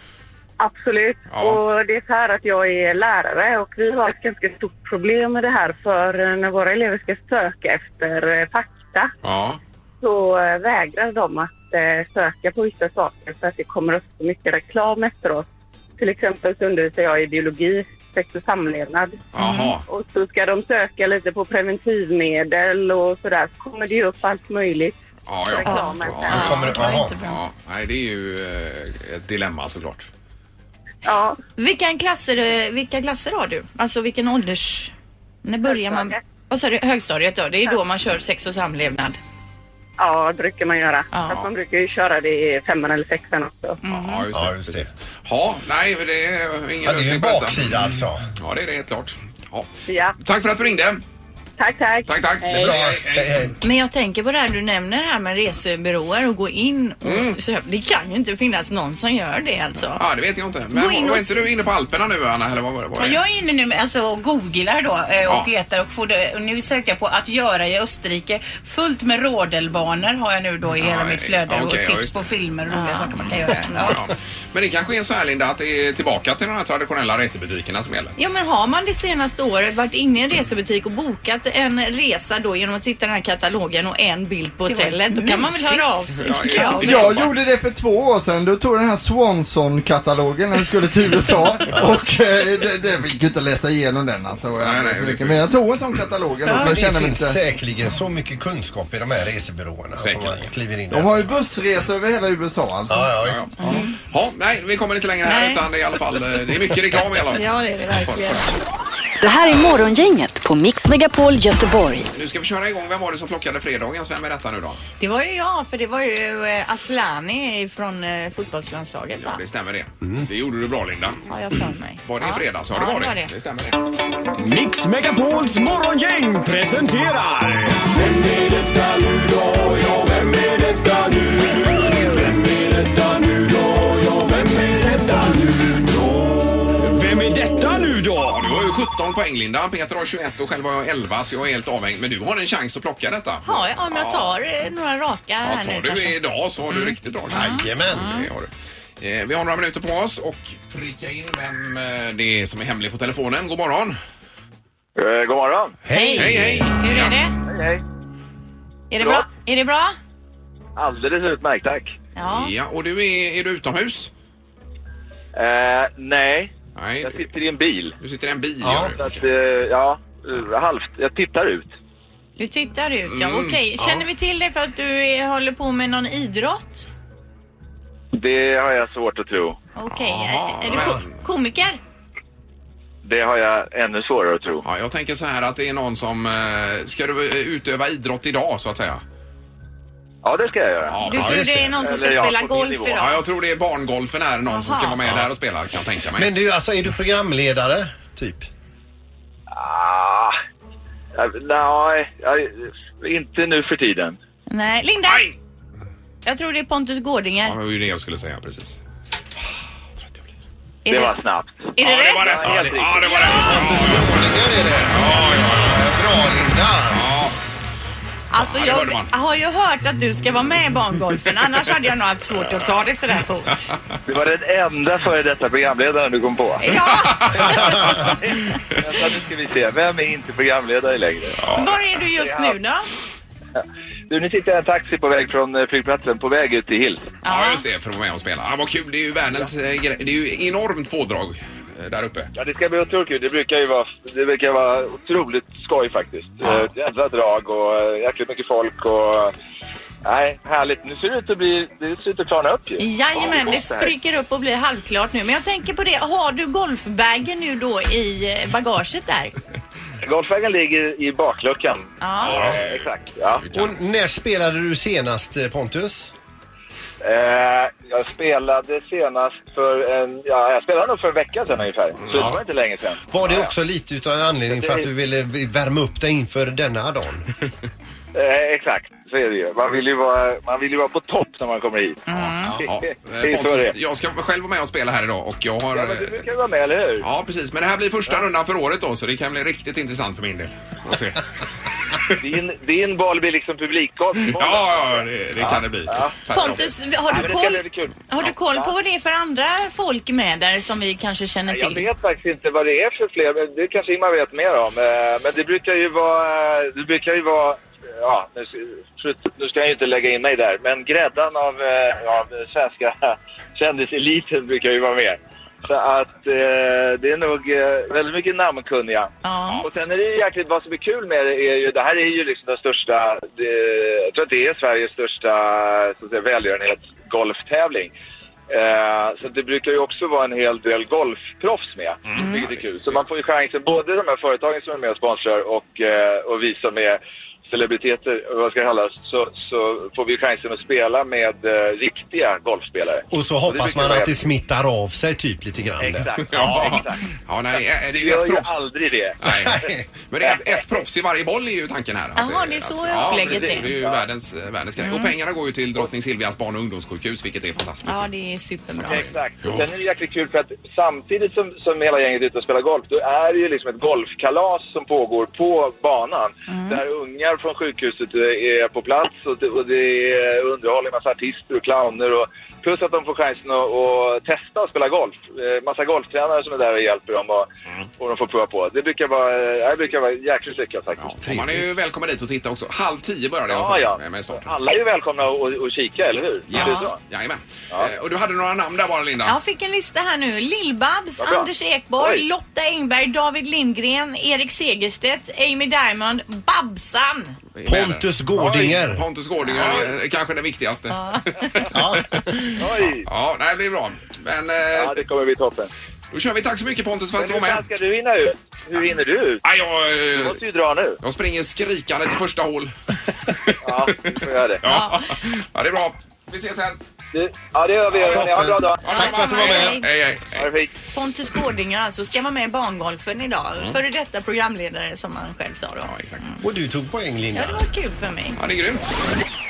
Speaker 13: Absolut.
Speaker 3: Ja.
Speaker 13: Och det är så här att jag är lärare och vi har ett ganska stort problem med det här för eh, när våra elever ska söka efter eh, fakta
Speaker 3: Ja.
Speaker 13: så eh, vägrar de att eh, söka på vissa saker för att det kommer upp så mycket reklam efteråt. Till exempel så undervisar jag i biologi, sex och samlevnad.
Speaker 3: Jaha.
Speaker 13: Och så ska de söka lite på preventivmedel och sådär så kommer det ju upp allt möjligt.
Speaker 3: Ja, ja.
Speaker 13: Reklamen.
Speaker 3: ja, ja. Nej, det är ju eh, ett dilemma såklart.
Speaker 13: Ja.
Speaker 4: Vilken klasser, eh, vilka klasser har du? Alltså vilken ålders... När börjar man? Vad sa du? Högstadiet ja. Det är då man kör sex och samlevnad.
Speaker 13: Ja, det brukar man göra. Fast man brukar ju köra det i femman eller sexan också.
Speaker 4: Mhm.
Speaker 3: Ja, just det. Ja, just det. ja nej, men det är ingen
Speaker 5: Ja, det är ju
Speaker 3: lösning
Speaker 5: en
Speaker 3: på detta.
Speaker 5: baksida alltså.
Speaker 3: Ja, det är det helt klart. Ja.
Speaker 13: Ja.
Speaker 3: Tack för att du ringde.
Speaker 13: Tack, tack.
Speaker 3: Tack, tack.
Speaker 4: Hej.
Speaker 5: Bra. Hej, hej.
Speaker 4: Men jag tänker på det här du nämner här med resebyråer och gå in och
Speaker 3: Mm.
Speaker 4: köpa. Det kan ju inte finnas någon som gör det alltså.
Speaker 3: Ja, det vet jag inte. Men
Speaker 4: Gå in
Speaker 3: var, var
Speaker 4: och
Speaker 3: inte du inne på Alperna nu, Anna? Eller vad var det? Var
Speaker 8: Ja,
Speaker 3: det?
Speaker 8: jag är inne nu med- alltså, och googlar då eh, och
Speaker 3: Ja.
Speaker 8: letar och får det. Och nu sökte jag på att göra i Österrike. Fullt med rodelbanor har jag nu då i
Speaker 3: Ja,
Speaker 8: hela mitt flöde
Speaker 3: ja,
Speaker 8: och
Speaker 3: okej, ja,
Speaker 8: tips
Speaker 3: just
Speaker 8: på filmer och roliga saker man kan göra.
Speaker 3: Ja, ja. Men det kanske är så här, Linda, att det är tillbaka till de här traditionella resebutikerna som gäller.
Speaker 4: Ja men har man det senaste året varit inne i en resebutik och bokat en resa då genom att titta i den här katalogen och en bild på
Speaker 8: Det var
Speaker 4: hotellet då kan man väl
Speaker 8: mysigt.
Speaker 4: höra av sig tycker jag.
Speaker 12: Jag gjorde det för två år sedan. Då tog jag den här Swanson-katalogen när vi skulle till USA. Och eh, det, det vi kunde inte läsa igenom den alltså.
Speaker 5: Nej, nej,
Speaker 12: så
Speaker 5: vi
Speaker 12: mycket. Men jag tog en sån katalog. ändå, för
Speaker 5: Men
Speaker 12: jag
Speaker 5: det
Speaker 12: känner mig
Speaker 5: finns
Speaker 12: inte...
Speaker 5: säkerligen så mycket kunskap i de här resebyråerna. Säkerligen. Man kliver in där.
Speaker 12: De har ju bussresor över hela USA alltså.
Speaker 5: Ja, ja,
Speaker 12: visst.
Speaker 3: Ja, nej, vi kommer inte längre här
Speaker 12: Nej.
Speaker 3: utan det är i alla fall, eh, det är mycket reklam i alla fall.
Speaker 4: Ja, det är det verkligen.
Speaker 1: Det här är Morgongänget på Mix Megapol Göteborg.
Speaker 3: Nu ska vi köra igång. Vem var det som plockade fredagens? Vem är detta nu då?
Speaker 4: Det var ju jag, för det var ju eh, Aslani från eh, fotbollslandslaget va?
Speaker 3: Det stämmer det. Det gjorde du bra Linda.
Speaker 4: Har jag för mig.
Speaker 3: Var det i fredags? Ja,
Speaker 4: Ja,
Speaker 3: det var
Speaker 4: det var
Speaker 3: det.
Speaker 4: det.
Speaker 3: Det stämmer det.
Speaker 14: Mix Megapols morgongäng presenterar Vem är detta nu då? Ja, vem är detta nu? Vem är detta nu då? Ja, vem är detta nu då? Vem är detta nu då?
Speaker 3: Du har ju 17 poäng Linda. Peter har 21 och själv har jag 11 så jag är helt avhängd. Men du har en chans att plocka detta.
Speaker 4: Ja, ja, om jag tar eh, några raka här
Speaker 3: Ja, tar
Speaker 4: nu kanske. Mm.
Speaker 3: du idag så har du riktigt bra chans. Jajamän.
Speaker 15: Mm.
Speaker 3: Det har du. Eh, Vi har några minuter på oss och pricka in vem eh, det är som är hemlig på telefonen. God morgon.
Speaker 15: Eh, god morgon.
Speaker 3: Hej! Hej, hej!
Speaker 15: Hur
Speaker 8: är det?
Speaker 15: Hej, hej.
Speaker 4: Är det bra? Är det bra?
Speaker 15: Alldeles utmärkt, tack.
Speaker 4: Ja.
Speaker 3: Ja, och du är, är du utomhus?
Speaker 15: Eh, nej.
Speaker 3: nej,
Speaker 15: jag sitter i en bil.
Speaker 3: Du sitter i en bil,
Speaker 15: ja. Så att, eh, ja, eh, halvt. Jag tittar ut.
Speaker 4: Du tittar ut, ja.
Speaker 15: Mm,
Speaker 4: Okej,
Speaker 15: ja.
Speaker 4: känner vi till dig för att du är, håller på med någon idrott?
Speaker 15: Det har jag svårt att tro.
Speaker 4: Okej, är, är du ko- komiker?
Speaker 15: Det har jag ännu svårare att tro.
Speaker 3: Ja, jag tänker så här att det är någon som... eh, Ska du eh, utöva idrott idag, så att säga?
Speaker 15: Ja, det ska jag göra.
Speaker 4: Du tror det är någon som ska Eller ja, spela på min golf nivå. idag?
Speaker 3: Ja, jag tror det är barngolfen här, någon som ska vara med där och spela, kan jag tänka mig.
Speaker 5: Men du, alltså är du programledare? Typ.
Speaker 15: Ah, eh, nej, jag- inte nu för tiden.
Speaker 4: Nej, Linda! Jag tror det är Pontus Gårdinger.
Speaker 3: Ja, det var ju det jag skulle säga precis.
Speaker 4: Är det-
Speaker 15: var snabbt.
Speaker 4: Är det
Speaker 3: ja,
Speaker 4: rätt?
Speaker 3: det var rätt. Ja, det, ja, det var rätt.
Speaker 4: Alltså
Speaker 3: Ja, det
Speaker 4: jag
Speaker 3: hörde man.
Speaker 4: har ju hört att du ska vara med i barngolfen, annars hade jag nog haft svårt att ta det sådär fort.
Speaker 15: Det var den enda före detta programledaren du kom på.
Speaker 4: Ja.
Speaker 15: Vänta, nu ska vi se. Vem är inte programledare längre?
Speaker 4: Var är du just nu då?
Speaker 15: Du, nu sitter jag i en taxi på väg från eh, flygplatsen, på väg ut till Hills.
Speaker 3: Ja, just det, för att vara med och spela. Ja, vad kul, det är ju världens eh, grej. Det är ju enormt pådrag eh, där uppe.
Speaker 15: Ja, det ska bli otroligt kul. Det brukar ju vara, det brukar vara otroligt skoj faktiskt. Ja. Jävla drag och eh, jäkligt mycket folk och... eh, Nej, härligt. Nu ser det ut att bli... Det ser ut att klarna upp ju.
Speaker 4: Jajamän, det
Speaker 15: så här.
Speaker 4: spricker upp och blir halvklart nu. Men jag tänker på det, har du golfbagen nu då i eh, bagaget där?
Speaker 15: Golfvägen ligger i bakluckan.
Speaker 4: Ja.
Speaker 15: Eh, Exakt, ja.
Speaker 5: Och när spelade du senast eh, Pontus?
Speaker 15: Eh, jag spelade senast för en... Ja, jag spelade nog för en vecka sedan ungefär. Så det
Speaker 5: Ja.
Speaker 15: var inte länge sedan.
Speaker 5: Var
Speaker 15: Ja,
Speaker 5: det
Speaker 15: ja.
Speaker 5: också lite utav anledning för att du ville värma upp dig inför denna dagen?
Speaker 15: Eh, exakt, så är det ju. Man vill ju, vara, man vill ju vara på topp när man kommer hit.
Speaker 3: Ja,
Speaker 15: det
Speaker 3: eh,
Speaker 15: är så det är.
Speaker 3: Pontus, jag ska själv vara med och spela här idag och jag har...
Speaker 15: Ja, men du
Speaker 3: eh,
Speaker 15: brukar ju vara med, eller hur?
Speaker 3: Ja, precis. Men det här blir första rundan för året då, så det kan bli riktigt intressant för min del. Att se.
Speaker 15: Din, din boll blir liksom publikgolf. Ja,
Speaker 3: ja, det, det kan det bli.
Speaker 4: Pontus, har du koll, har du koll på vad det är för andra folk med där som vi kanske känner
Speaker 15: Jag
Speaker 4: till?
Speaker 15: vet faktiskt inte vad det är för fler, men det kanske Ingmar vet mer om. Eh, Men det brukar ju vara... Det brukar ju vara ja, nu, ska- nu ska jag ju inte lägga in mig där, men gräddan av, eh, av svenska kändiseliten brukar ju vara med. Så att eh, det är nog eh, väldigt mycket namnkunniga. Och sen är det ju jäkligt, vad som är kul med det är ju, det här är ju liksom den största, det, jag tror att det är Sveriges största så att säga, välgörenhetsgolftävling. Eh, så det brukar ju också vara en hel del golfproffs med,
Speaker 5: Mm.
Speaker 15: vilket är kul. Så man får ju chansen, både de här företagen som är med och sponsrar och, eh, och vi som är celebriteter, vad ska det kallas, så, så får vi ju chansen att spela med eh, riktiga golfspelare.
Speaker 5: Och så
Speaker 15: det
Speaker 5: hoppas
Speaker 15: brukar
Speaker 5: man
Speaker 15: vara
Speaker 5: att det
Speaker 15: jävligt-
Speaker 5: smittar av sig typ lite grann. där.
Speaker 15: Exakt, ja, exakt.
Speaker 3: Ja, nej, eh, det är
Speaker 15: Vi
Speaker 3: ju
Speaker 15: gör
Speaker 3: ett
Speaker 15: ju
Speaker 3: proffs.
Speaker 15: aldrig det.
Speaker 3: Nej. Men det är ett, ett proffs i varje boll är ju tanken här.
Speaker 4: Jaha, det är så
Speaker 3: Ja,
Speaker 4: upplägget
Speaker 3: precis.
Speaker 4: är.
Speaker 3: Det är ju världens, eh, världens grej. Och pengarna går ju till Drottning Silvias barn och ungdomssjukhus, vilket är fantastiskt.
Speaker 4: Ja, det är superbra.
Speaker 15: Exakt. Sen är det jäkligt kul för att samtidigt som, som hela gänget är ute och spelar golf, då är det ju liksom ett golfkalas som pågår på banan. Där ungar från sjukhuset eh, är på plats och det, och det är underhållning, massa artister och clowner och plus att de får chansen att, att testa att spela golf. Eh, Massa golftränare som är där och hjälper dem och,
Speaker 3: Mm.
Speaker 15: och de får prova på. Det brukar vara, eh, det brukar vara jäkligt lyckat faktiskt.
Speaker 3: Och man är ju välkommen dit och titta också. Halv tio börjar det i
Speaker 15: Ja,
Speaker 3: alla fall
Speaker 15: ja.
Speaker 3: med- med starten.
Speaker 15: Alla är ju välkomna att att kika, eller hur? Det är
Speaker 3: Yes.
Speaker 15: bra.
Speaker 3: Jajamän. Eh, Och du hade några namn där bara, Linda.
Speaker 4: Jag fick en lista här nu. Lill-Babs,
Speaker 3: Vad bra.
Speaker 4: Anders Ekborg,
Speaker 3: Oj.
Speaker 4: Lotta Engberg, David Lindgren, Erik Segerstedt, Amy Diamond, Babsan.
Speaker 5: Pontus Gårdinger.
Speaker 3: Oj, Pontus Gårdinger, eh, kanske den viktigaste. Ja, ja nej, det blir bra. Men, ja,
Speaker 15: det kommer bli toppen.
Speaker 3: Då kör vi. Tack så mycket Pontus för att du var
Speaker 15: Men hur
Speaker 3: med.
Speaker 15: fan ska du hinna ut? Hur hinner du ut?
Speaker 3: Aj, jag, eh, du
Speaker 15: måste ju dra nu.
Speaker 3: Jag springer skrikande till första hål.
Speaker 15: Ja, vi får göra det.
Speaker 3: Ja. det är bra. Vi ses sen.
Speaker 15: Ja, det gör vi. hörni. Ha en bra dag.
Speaker 4: Tack för att du var med.
Speaker 3: Hej, hej.
Speaker 15: Ha det fint.
Speaker 4: Pontus Gårdinger alltså, ska vara med i barngolfen idag. Före detta programledare som han själv sa då. Ja,
Speaker 3: exakt.
Speaker 5: Och du tog poäng Linda.
Speaker 4: Det var kul för mig.
Speaker 3: Ja, det är grymt.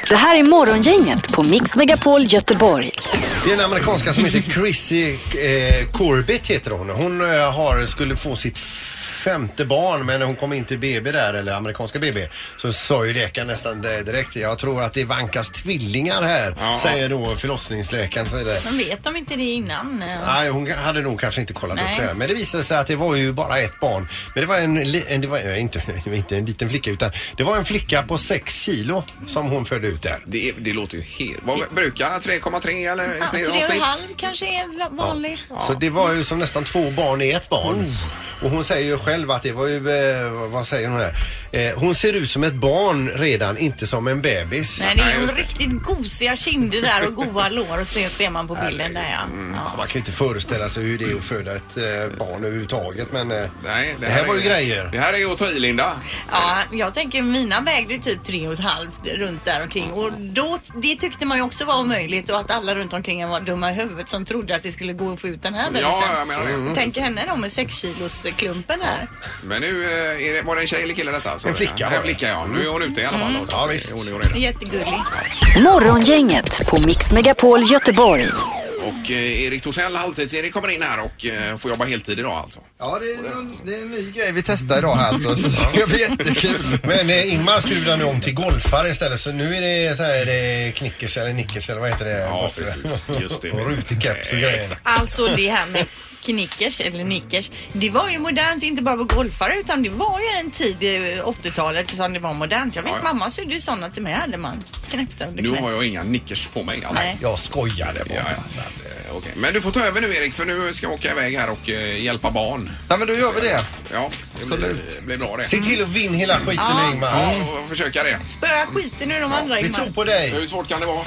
Speaker 1: Det här är Morgongänget på Mix Megapol Göteborg.
Speaker 5: Det är en amerikanska som heter Chrissy eh, Corbett heter hon. Hon eh, har, skulle få sitt femte barn men när hon kom in till BB där, eller amerikanska BB, så sa ju läkaren nästan det direkt. Jag tror att det vankas tvillingar här,
Speaker 4: Ja.
Speaker 5: säger då förlossningsläkaren. Så är det.
Speaker 4: Men vet de inte det innan? eh?
Speaker 5: Nej, hon hade nog kanske inte kollat
Speaker 4: Nej.
Speaker 5: upp det här. Men det visade sig att det var ju bara ett barn. Men det var en, li- en det var, eh, inte, det var inte en liten flicka utan det var en flicka på sex kilo som hon födde ut där.
Speaker 3: Det, låter ju helt... Vad brukar 3,3 eller i
Speaker 4: Ja,
Speaker 3: snitt?
Speaker 4: Tre och en halv kanske är vanlig.
Speaker 5: Så det var ju som nästan två barn i ett barn. Och hon säger ju själv att det var ju, eh, vad- vad säger hon här? Eh, hon ser ut som ett barn redan, inte som en bebis.
Speaker 4: Nej, det är ju riktigt gosiga kinder där och goa lår och ser, ser man på bilden där ja.
Speaker 5: Ja, Man kan ju inte föreställa sig hur det är att föda ett eh, barn överhuvudtaget men eh,
Speaker 3: Nej,
Speaker 5: det, här var ju grejer.
Speaker 3: Det här är att ta i, Linda.
Speaker 4: Ja, jag tänker mina vägde ju typ tre och ett halvt runt där omkring och då, det tyckte man ju också var omöjligt och att alla runt omkring en var dumma i huvudet som trodde att det skulle gå att få ut den här
Speaker 3: Ja,
Speaker 4: bebisen.
Speaker 3: jag menar det. Mm.
Speaker 4: Tänk henne då med sex kilos klumpen här.
Speaker 3: Men nu eh, är det, var det en tjej eller kille detta? sa
Speaker 5: En
Speaker 3: du?
Speaker 5: flicka var
Speaker 3: En
Speaker 5: det.
Speaker 3: flicka ja. Nu är hon ute i alla
Speaker 4: Mm.
Speaker 3: fall. då, så
Speaker 5: Ja,
Speaker 3: att det-
Speaker 5: visst.
Speaker 3: Hon är redan.
Speaker 4: Jättegullig.
Speaker 1: Morgongänget på Mix Megapol Göteborg.
Speaker 3: Och eh, Erik Torssell, Halvtids-Erik, kommer in här och eh, får jobba heltid idag alltså.
Speaker 12: Ja, det är, en, det är en ny grej vi testar idag här alltså. Så det ska bli jättekul.
Speaker 5: Men eh, Ingmar skruvade nu om till golfare istället så nu är det så här, är det knickers eller nickers eller vad heter det?
Speaker 3: Ja,
Speaker 5: Golfare.
Speaker 3: precis. Just det.
Speaker 5: Och rutig keps och
Speaker 3: Eh,
Speaker 5: grejer.
Speaker 3: exakt.
Speaker 4: Alltså det här med knickers eller nickers. Det var ju modernt inte bara på golfare utan det var ju en tid i 80-talet som det var modernt. Jag vet
Speaker 3: Ja, ja.
Speaker 4: mamma sydde ju sådana till mig hade man. Knäppte under
Speaker 3: Nu
Speaker 4: knä.
Speaker 3: har jag inga nickers på mig alltså. alls.
Speaker 4: Nej.
Speaker 5: Jag skojade
Speaker 3: bara. Ja, ja. Så att, eh, okej. Men du får ta över nu Erik för nu ska jag åka iväg här och eh, hjälpa barn.
Speaker 12: Ja, men då gör vi det.
Speaker 3: Ja, det blir, blir bra det.
Speaker 5: Se till att vinna hela skiten
Speaker 4: Ja.
Speaker 5: Ingmar.
Speaker 3: Ja, och försöka det.
Speaker 4: Spöa skiten ur de andra
Speaker 5: Vi
Speaker 4: Ingmar.
Speaker 5: tror på dig.
Speaker 3: Hur svårt kan det vara?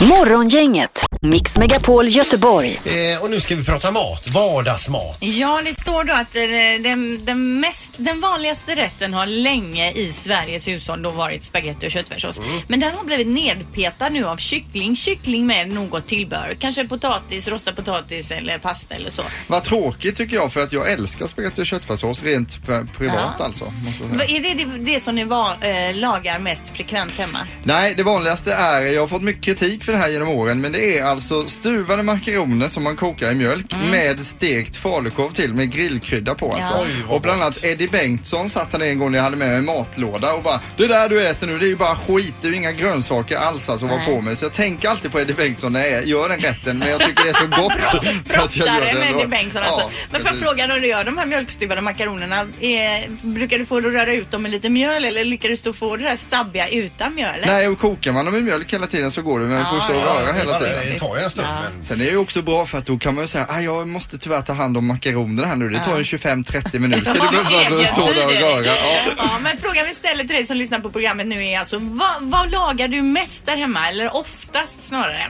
Speaker 1: Morgongänget, Mix Megapol Göteborg.
Speaker 5: Eh, och nu ska vi prata mat, vardagsmat.
Speaker 4: Ja, det står då att eh, den, den, mest, den vanligaste rätten har länge i Sveriges hushåll då varit spagetti och köttfärssås.
Speaker 12: Mm.
Speaker 4: Men den har blivit nedpetad nu av kyckling. Kyckling med något tillbehör. Kanske potatis, rostad potatis eller pasta eller så.
Speaker 12: Vad tråkigt tycker jag för att jag älskar spagetti och köttfärssås rent p- privat alltså. måste jag säga.
Speaker 4: Va- Är det det, det som ni va, eh, lagar mest frekvent hemma?
Speaker 12: Nej, det vanligaste är, jag har fått mycket kritik för det här genom åren, men det är alltså stuvade makaroner som man kokar i mjölk
Speaker 4: Mm.
Speaker 12: med stekt falukorv till med grillkrydda på alltså.
Speaker 5: Ja. Oj, vad
Speaker 12: och bland annat Eddie Bengtsson satt han en gång när jag hade med mig en matlåda och bara Det där du äter nu det är ju bara skit, det är ju inga grönsaker alls alltså att vara
Speaker 4: Nej.
Speaker 12: på med. Så jag tänker alltid på Eddie Bengtsson när jag gör den rätten, men jag tycker det är så gott. så att jag gör
Speaker 4: Brottare
Speaker 12: det
Speaker 4: med
Speaker 12: ändå.
Speaker 4: Eddie Bengtsson alltså.
Speaker 12: Ja,
Speaker 4: Men får jag
Speaker 12: precis.
Speaker 4: fråga när du gör de här mjölkstuvade makaronerna, eh, brukar du få det att röra ut dem med lite mjöl eller lyckas du få det där stabbiga utan mjöl?
Speaker 12: Nej, och kokar man dem i mjölk hela tiden så går det, men man får ju stå och röra hela tiden.
Speaker 5: Det tar ju en stund. Men...
Speaker 12: Sen är det ju också bra för att då kan man ju säga, ah, jag måste tyvärr ta hand om makaronerna här nu. Det tar en 25-30 minuter. Det behöver bara stå där och röra. Ja.
Speaker 4: Ja, men frågan vi ställer till dig som lyssnar på programmet nu är alltså vad, vad lagar du mest där hemma eller oftast snarare?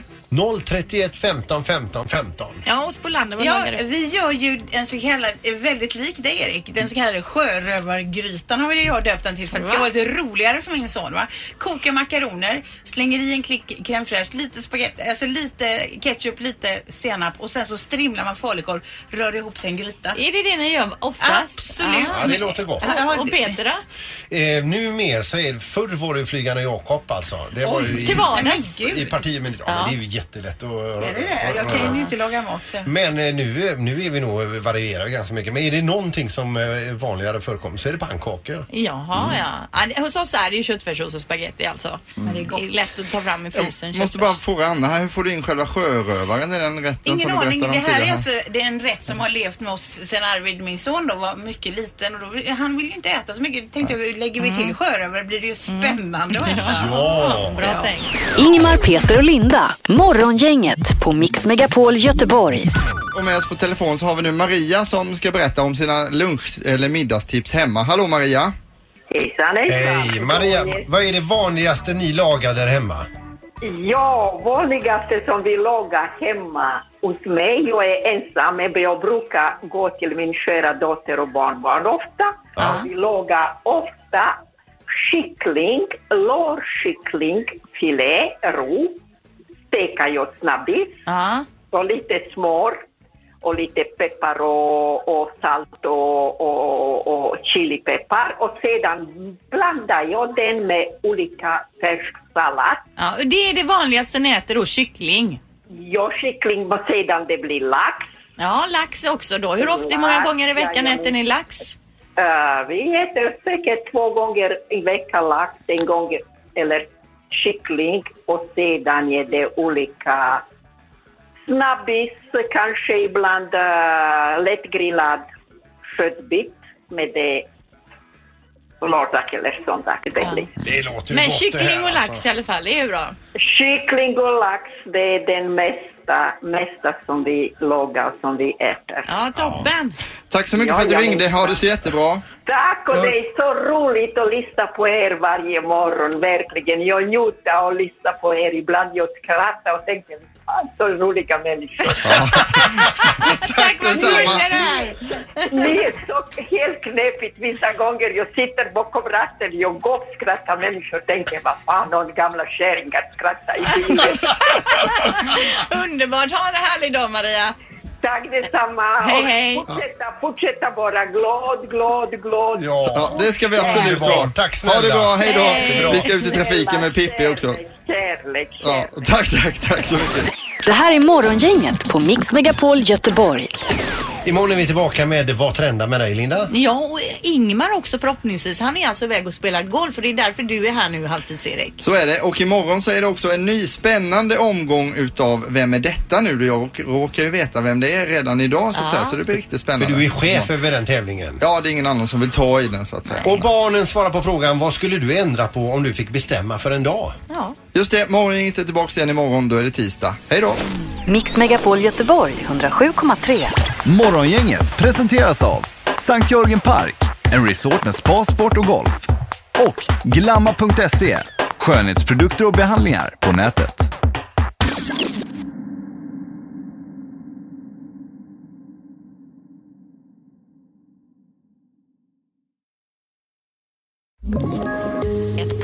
Speaker 5: 031 15 15 15.
Speaker 4: Ja, och Spolander, vad
Speaker 9: Ja,
Speaker 4: lagar du?
Speaker 9: vi gör ju en så kallad, eh, väldigt lik dig Erik, den så kallade sjörövargrytan har väl jag döpt den till för att det ska
Speaker 4: Va?
Speaker 9: vara lite roligare för min son. Va? Koka makaroner, slänger i en klick crème fraîche, lite spagetti, alltså lite ketchup, lite senap och sen så strimlar man falukorv, rör ihop till en gryta.
Speaker 4: Är det det ni gör oftast? Ah.
Speaker 9: Absolut.
Speaker 5: Ja, det låter gott.
Speaker 9: Ja,
Speaker 4: Och
Speaker 9: det-
Speaker 4: Peter då?
Speaker 5: Eh, Numer så är det, förr var det ju Flygande Jakob alltså. Det var
Speaker 9: Oj,
Speaker 5: ju i,
Speaker 9: till vardags.
Speaker 5: I partiminut. Ja,
Speaker 9: Ja.
Speaker 5: men det är ju jättelätt att röra.
Speaker 9: Är det det? Jag kan ju inte laga mat så.
Speaker 5: Men eh, nu, nu är vi nog varierar vi ganska mycket. Men är det någonting som eh, vanligare förekommer så är det pannkakor.
Speaker 4: Jaha,
Speaker 12: Mm.
Speaker 4: ja. ja. det- Hos oss är det ju köttfärssås och spagetti alltså. Men det är gott. lätt att ta fram i frysen.
Speaker 12: Jag måste bara fråga Anna, här, hur får du in själva sjörövaren i den rätten
Speaker 9: Ingen
Speaker 12: som du
Speaker 9: aning. Det
Speaker 12: berättade om
Speaker 9: här är
Speaker 12: tidigare?
Speaker 9: alltså det är en rätt som har levt med oss sedan Arvid, min son, då var mycket liten. Och då, han vill ju inte äta så mycket. Tänkte jag, lägger vi
Speaker 4: Mm.
Speaker 9: till sjörövare blir det ju spännande att äta.
Speaker 5: Ja.
Speaker 1: Bra Ingmar, Peter och Linda. Morgongänget på Mix Megapol Göteborg.
Speaker 12: Och med oss på telefon så har vi nu Maria som ska berätta om sina lunch eller middagstips hemma. Hallå Maria!
Speaker 16: Hejsan, hejsan.
Speaker 5: Hej Maria, vad är det vanligaste ni lagar där hemma?
Speaker 16: Ja, vanligaste som vi lagar hemma hos mig, jag är ensam, men jag brukar gå till min kära dotter och barnbarn ofta. Vi lagar ofta kyckling, lårkyckling, filé, ro, steka jag snabbis, så lite smör och lite peppar och, och salt och, och, och chilipeppar och sedan blandar jag den med olika färsk sallad.
Speaker 4: Ja, och det är det vanligaste ni äter då, kyckling.
Speaker 16: Ja, kyckling och sedan det blir lax.
Speaker 4: Ja, lax också då. Hur ofta, hur många
Speaker 16: Lax,
Speaker 4: gånger i veckan
Speaker 16: jajamän.
Speaker 4: äter ni lax?
Speaker 16: Eh, vi äter säkert två gånger i veckan lax, en gång eller kyckling och sedan är det olika snabbis, kanske ibland uh, lättgrillad köttbit med det lördag eller söndag. Det blir.
Speaker 5: Det låter ju
Speaker 4: Men
Speaker 5: gott det
Speaker 4: kyckling
Speaker 5: här,
Speaker 4: och lax
Speaker 5: alltså.
Speaker 4: i alla fall, det är ju bra.
Speaker 16: Kyckling och lax, det är den mesta, mesta som vi lagar, som vi äter.
Speaker 4: Ja, toppen!
Speaker 12: Tack så mycket
Speaker 16: Ja,
Speaker 12: för att du
Speaker 16: jag
Speaker 12: ringde. Ha det så jättebra.
Speaker 16: Tack och det är så roligt att lyssna på er varje morgon, verkligen. Jag njuter av att lyssna på er. Ibland jag skrattar och tänker, fan så roliga människor.
Speaker 4: Tack vad
Speaker 16: detsamma.
Speaker 4: gulliga du är!
Speaker 16: Ni är så helt knepigt. Vissa gånger jag sitter bakom ratten, jag gapskrattar människor och tänker, vad fan, någon gamla kärringar skrattar i bilen.
Speaker 4: Underbart! Ha en härlig dag Maria!
Speaker 16: Tack detsamma!
Speaker 4: Hej, hej.
Speaker 16: Och Fortsätta, fortsätta vara glad, glad, glad.
Speaker 12: Ja, det ska vi absolut ha.
Speaker 5: Tack snälla.
Speaker 12: Ha det bra, hej då.
Speaker 5: Hej.
Speaker 12: Vi ska ut i trafiken med Pippi också.
Speaker 16: Kärlek.
Speaker 12: Ja, tack, tack, tack så mycket.
Speaker 1: Det här är Morgongänget på Mix Megapol Göteborg.
Speaker 5: Imorgon är vi tillbaka med Vad trendar med dig Linda?
Speaker 4: Ja, och Ingmar också förhoppningsvis. Han är alltså iväg och spelar golf och det är därför du är här nu halvtids-Erik.
Speaker 12: Så är det. Och imorgon så är det också en ny spännande omgång utav Vem är detta nu? Då Jag råkar ju veta vem det är redan idag så att
Speaker 5: Ja.
Speaker 12: säga. Så det blir riktigt spännande.
Speaker 5: För du är chef
Speaker 12: över den tävlingen. Ja, det är ingen annan som vill ta i den så att säga.
Speaker 5: Och barnen svarar på frågan vad skulle du ändra på om du fick bestämma för en dag?
Speaker 4: Ja.
Speaker 12: Just det, morgongänget är tillbaka igen imorgon. Då är det tisdag. Hej då!
Speaker 1: Mix Megapol Göteborg 107,3.
Speaker 2: Morgongänget presenteras av Sankt Jörgen Park, en resort med spa, sport och golf. Och Glamma.se, E, skönhetsprodukter och behandlingar på nätet.
Speaker 17: Ett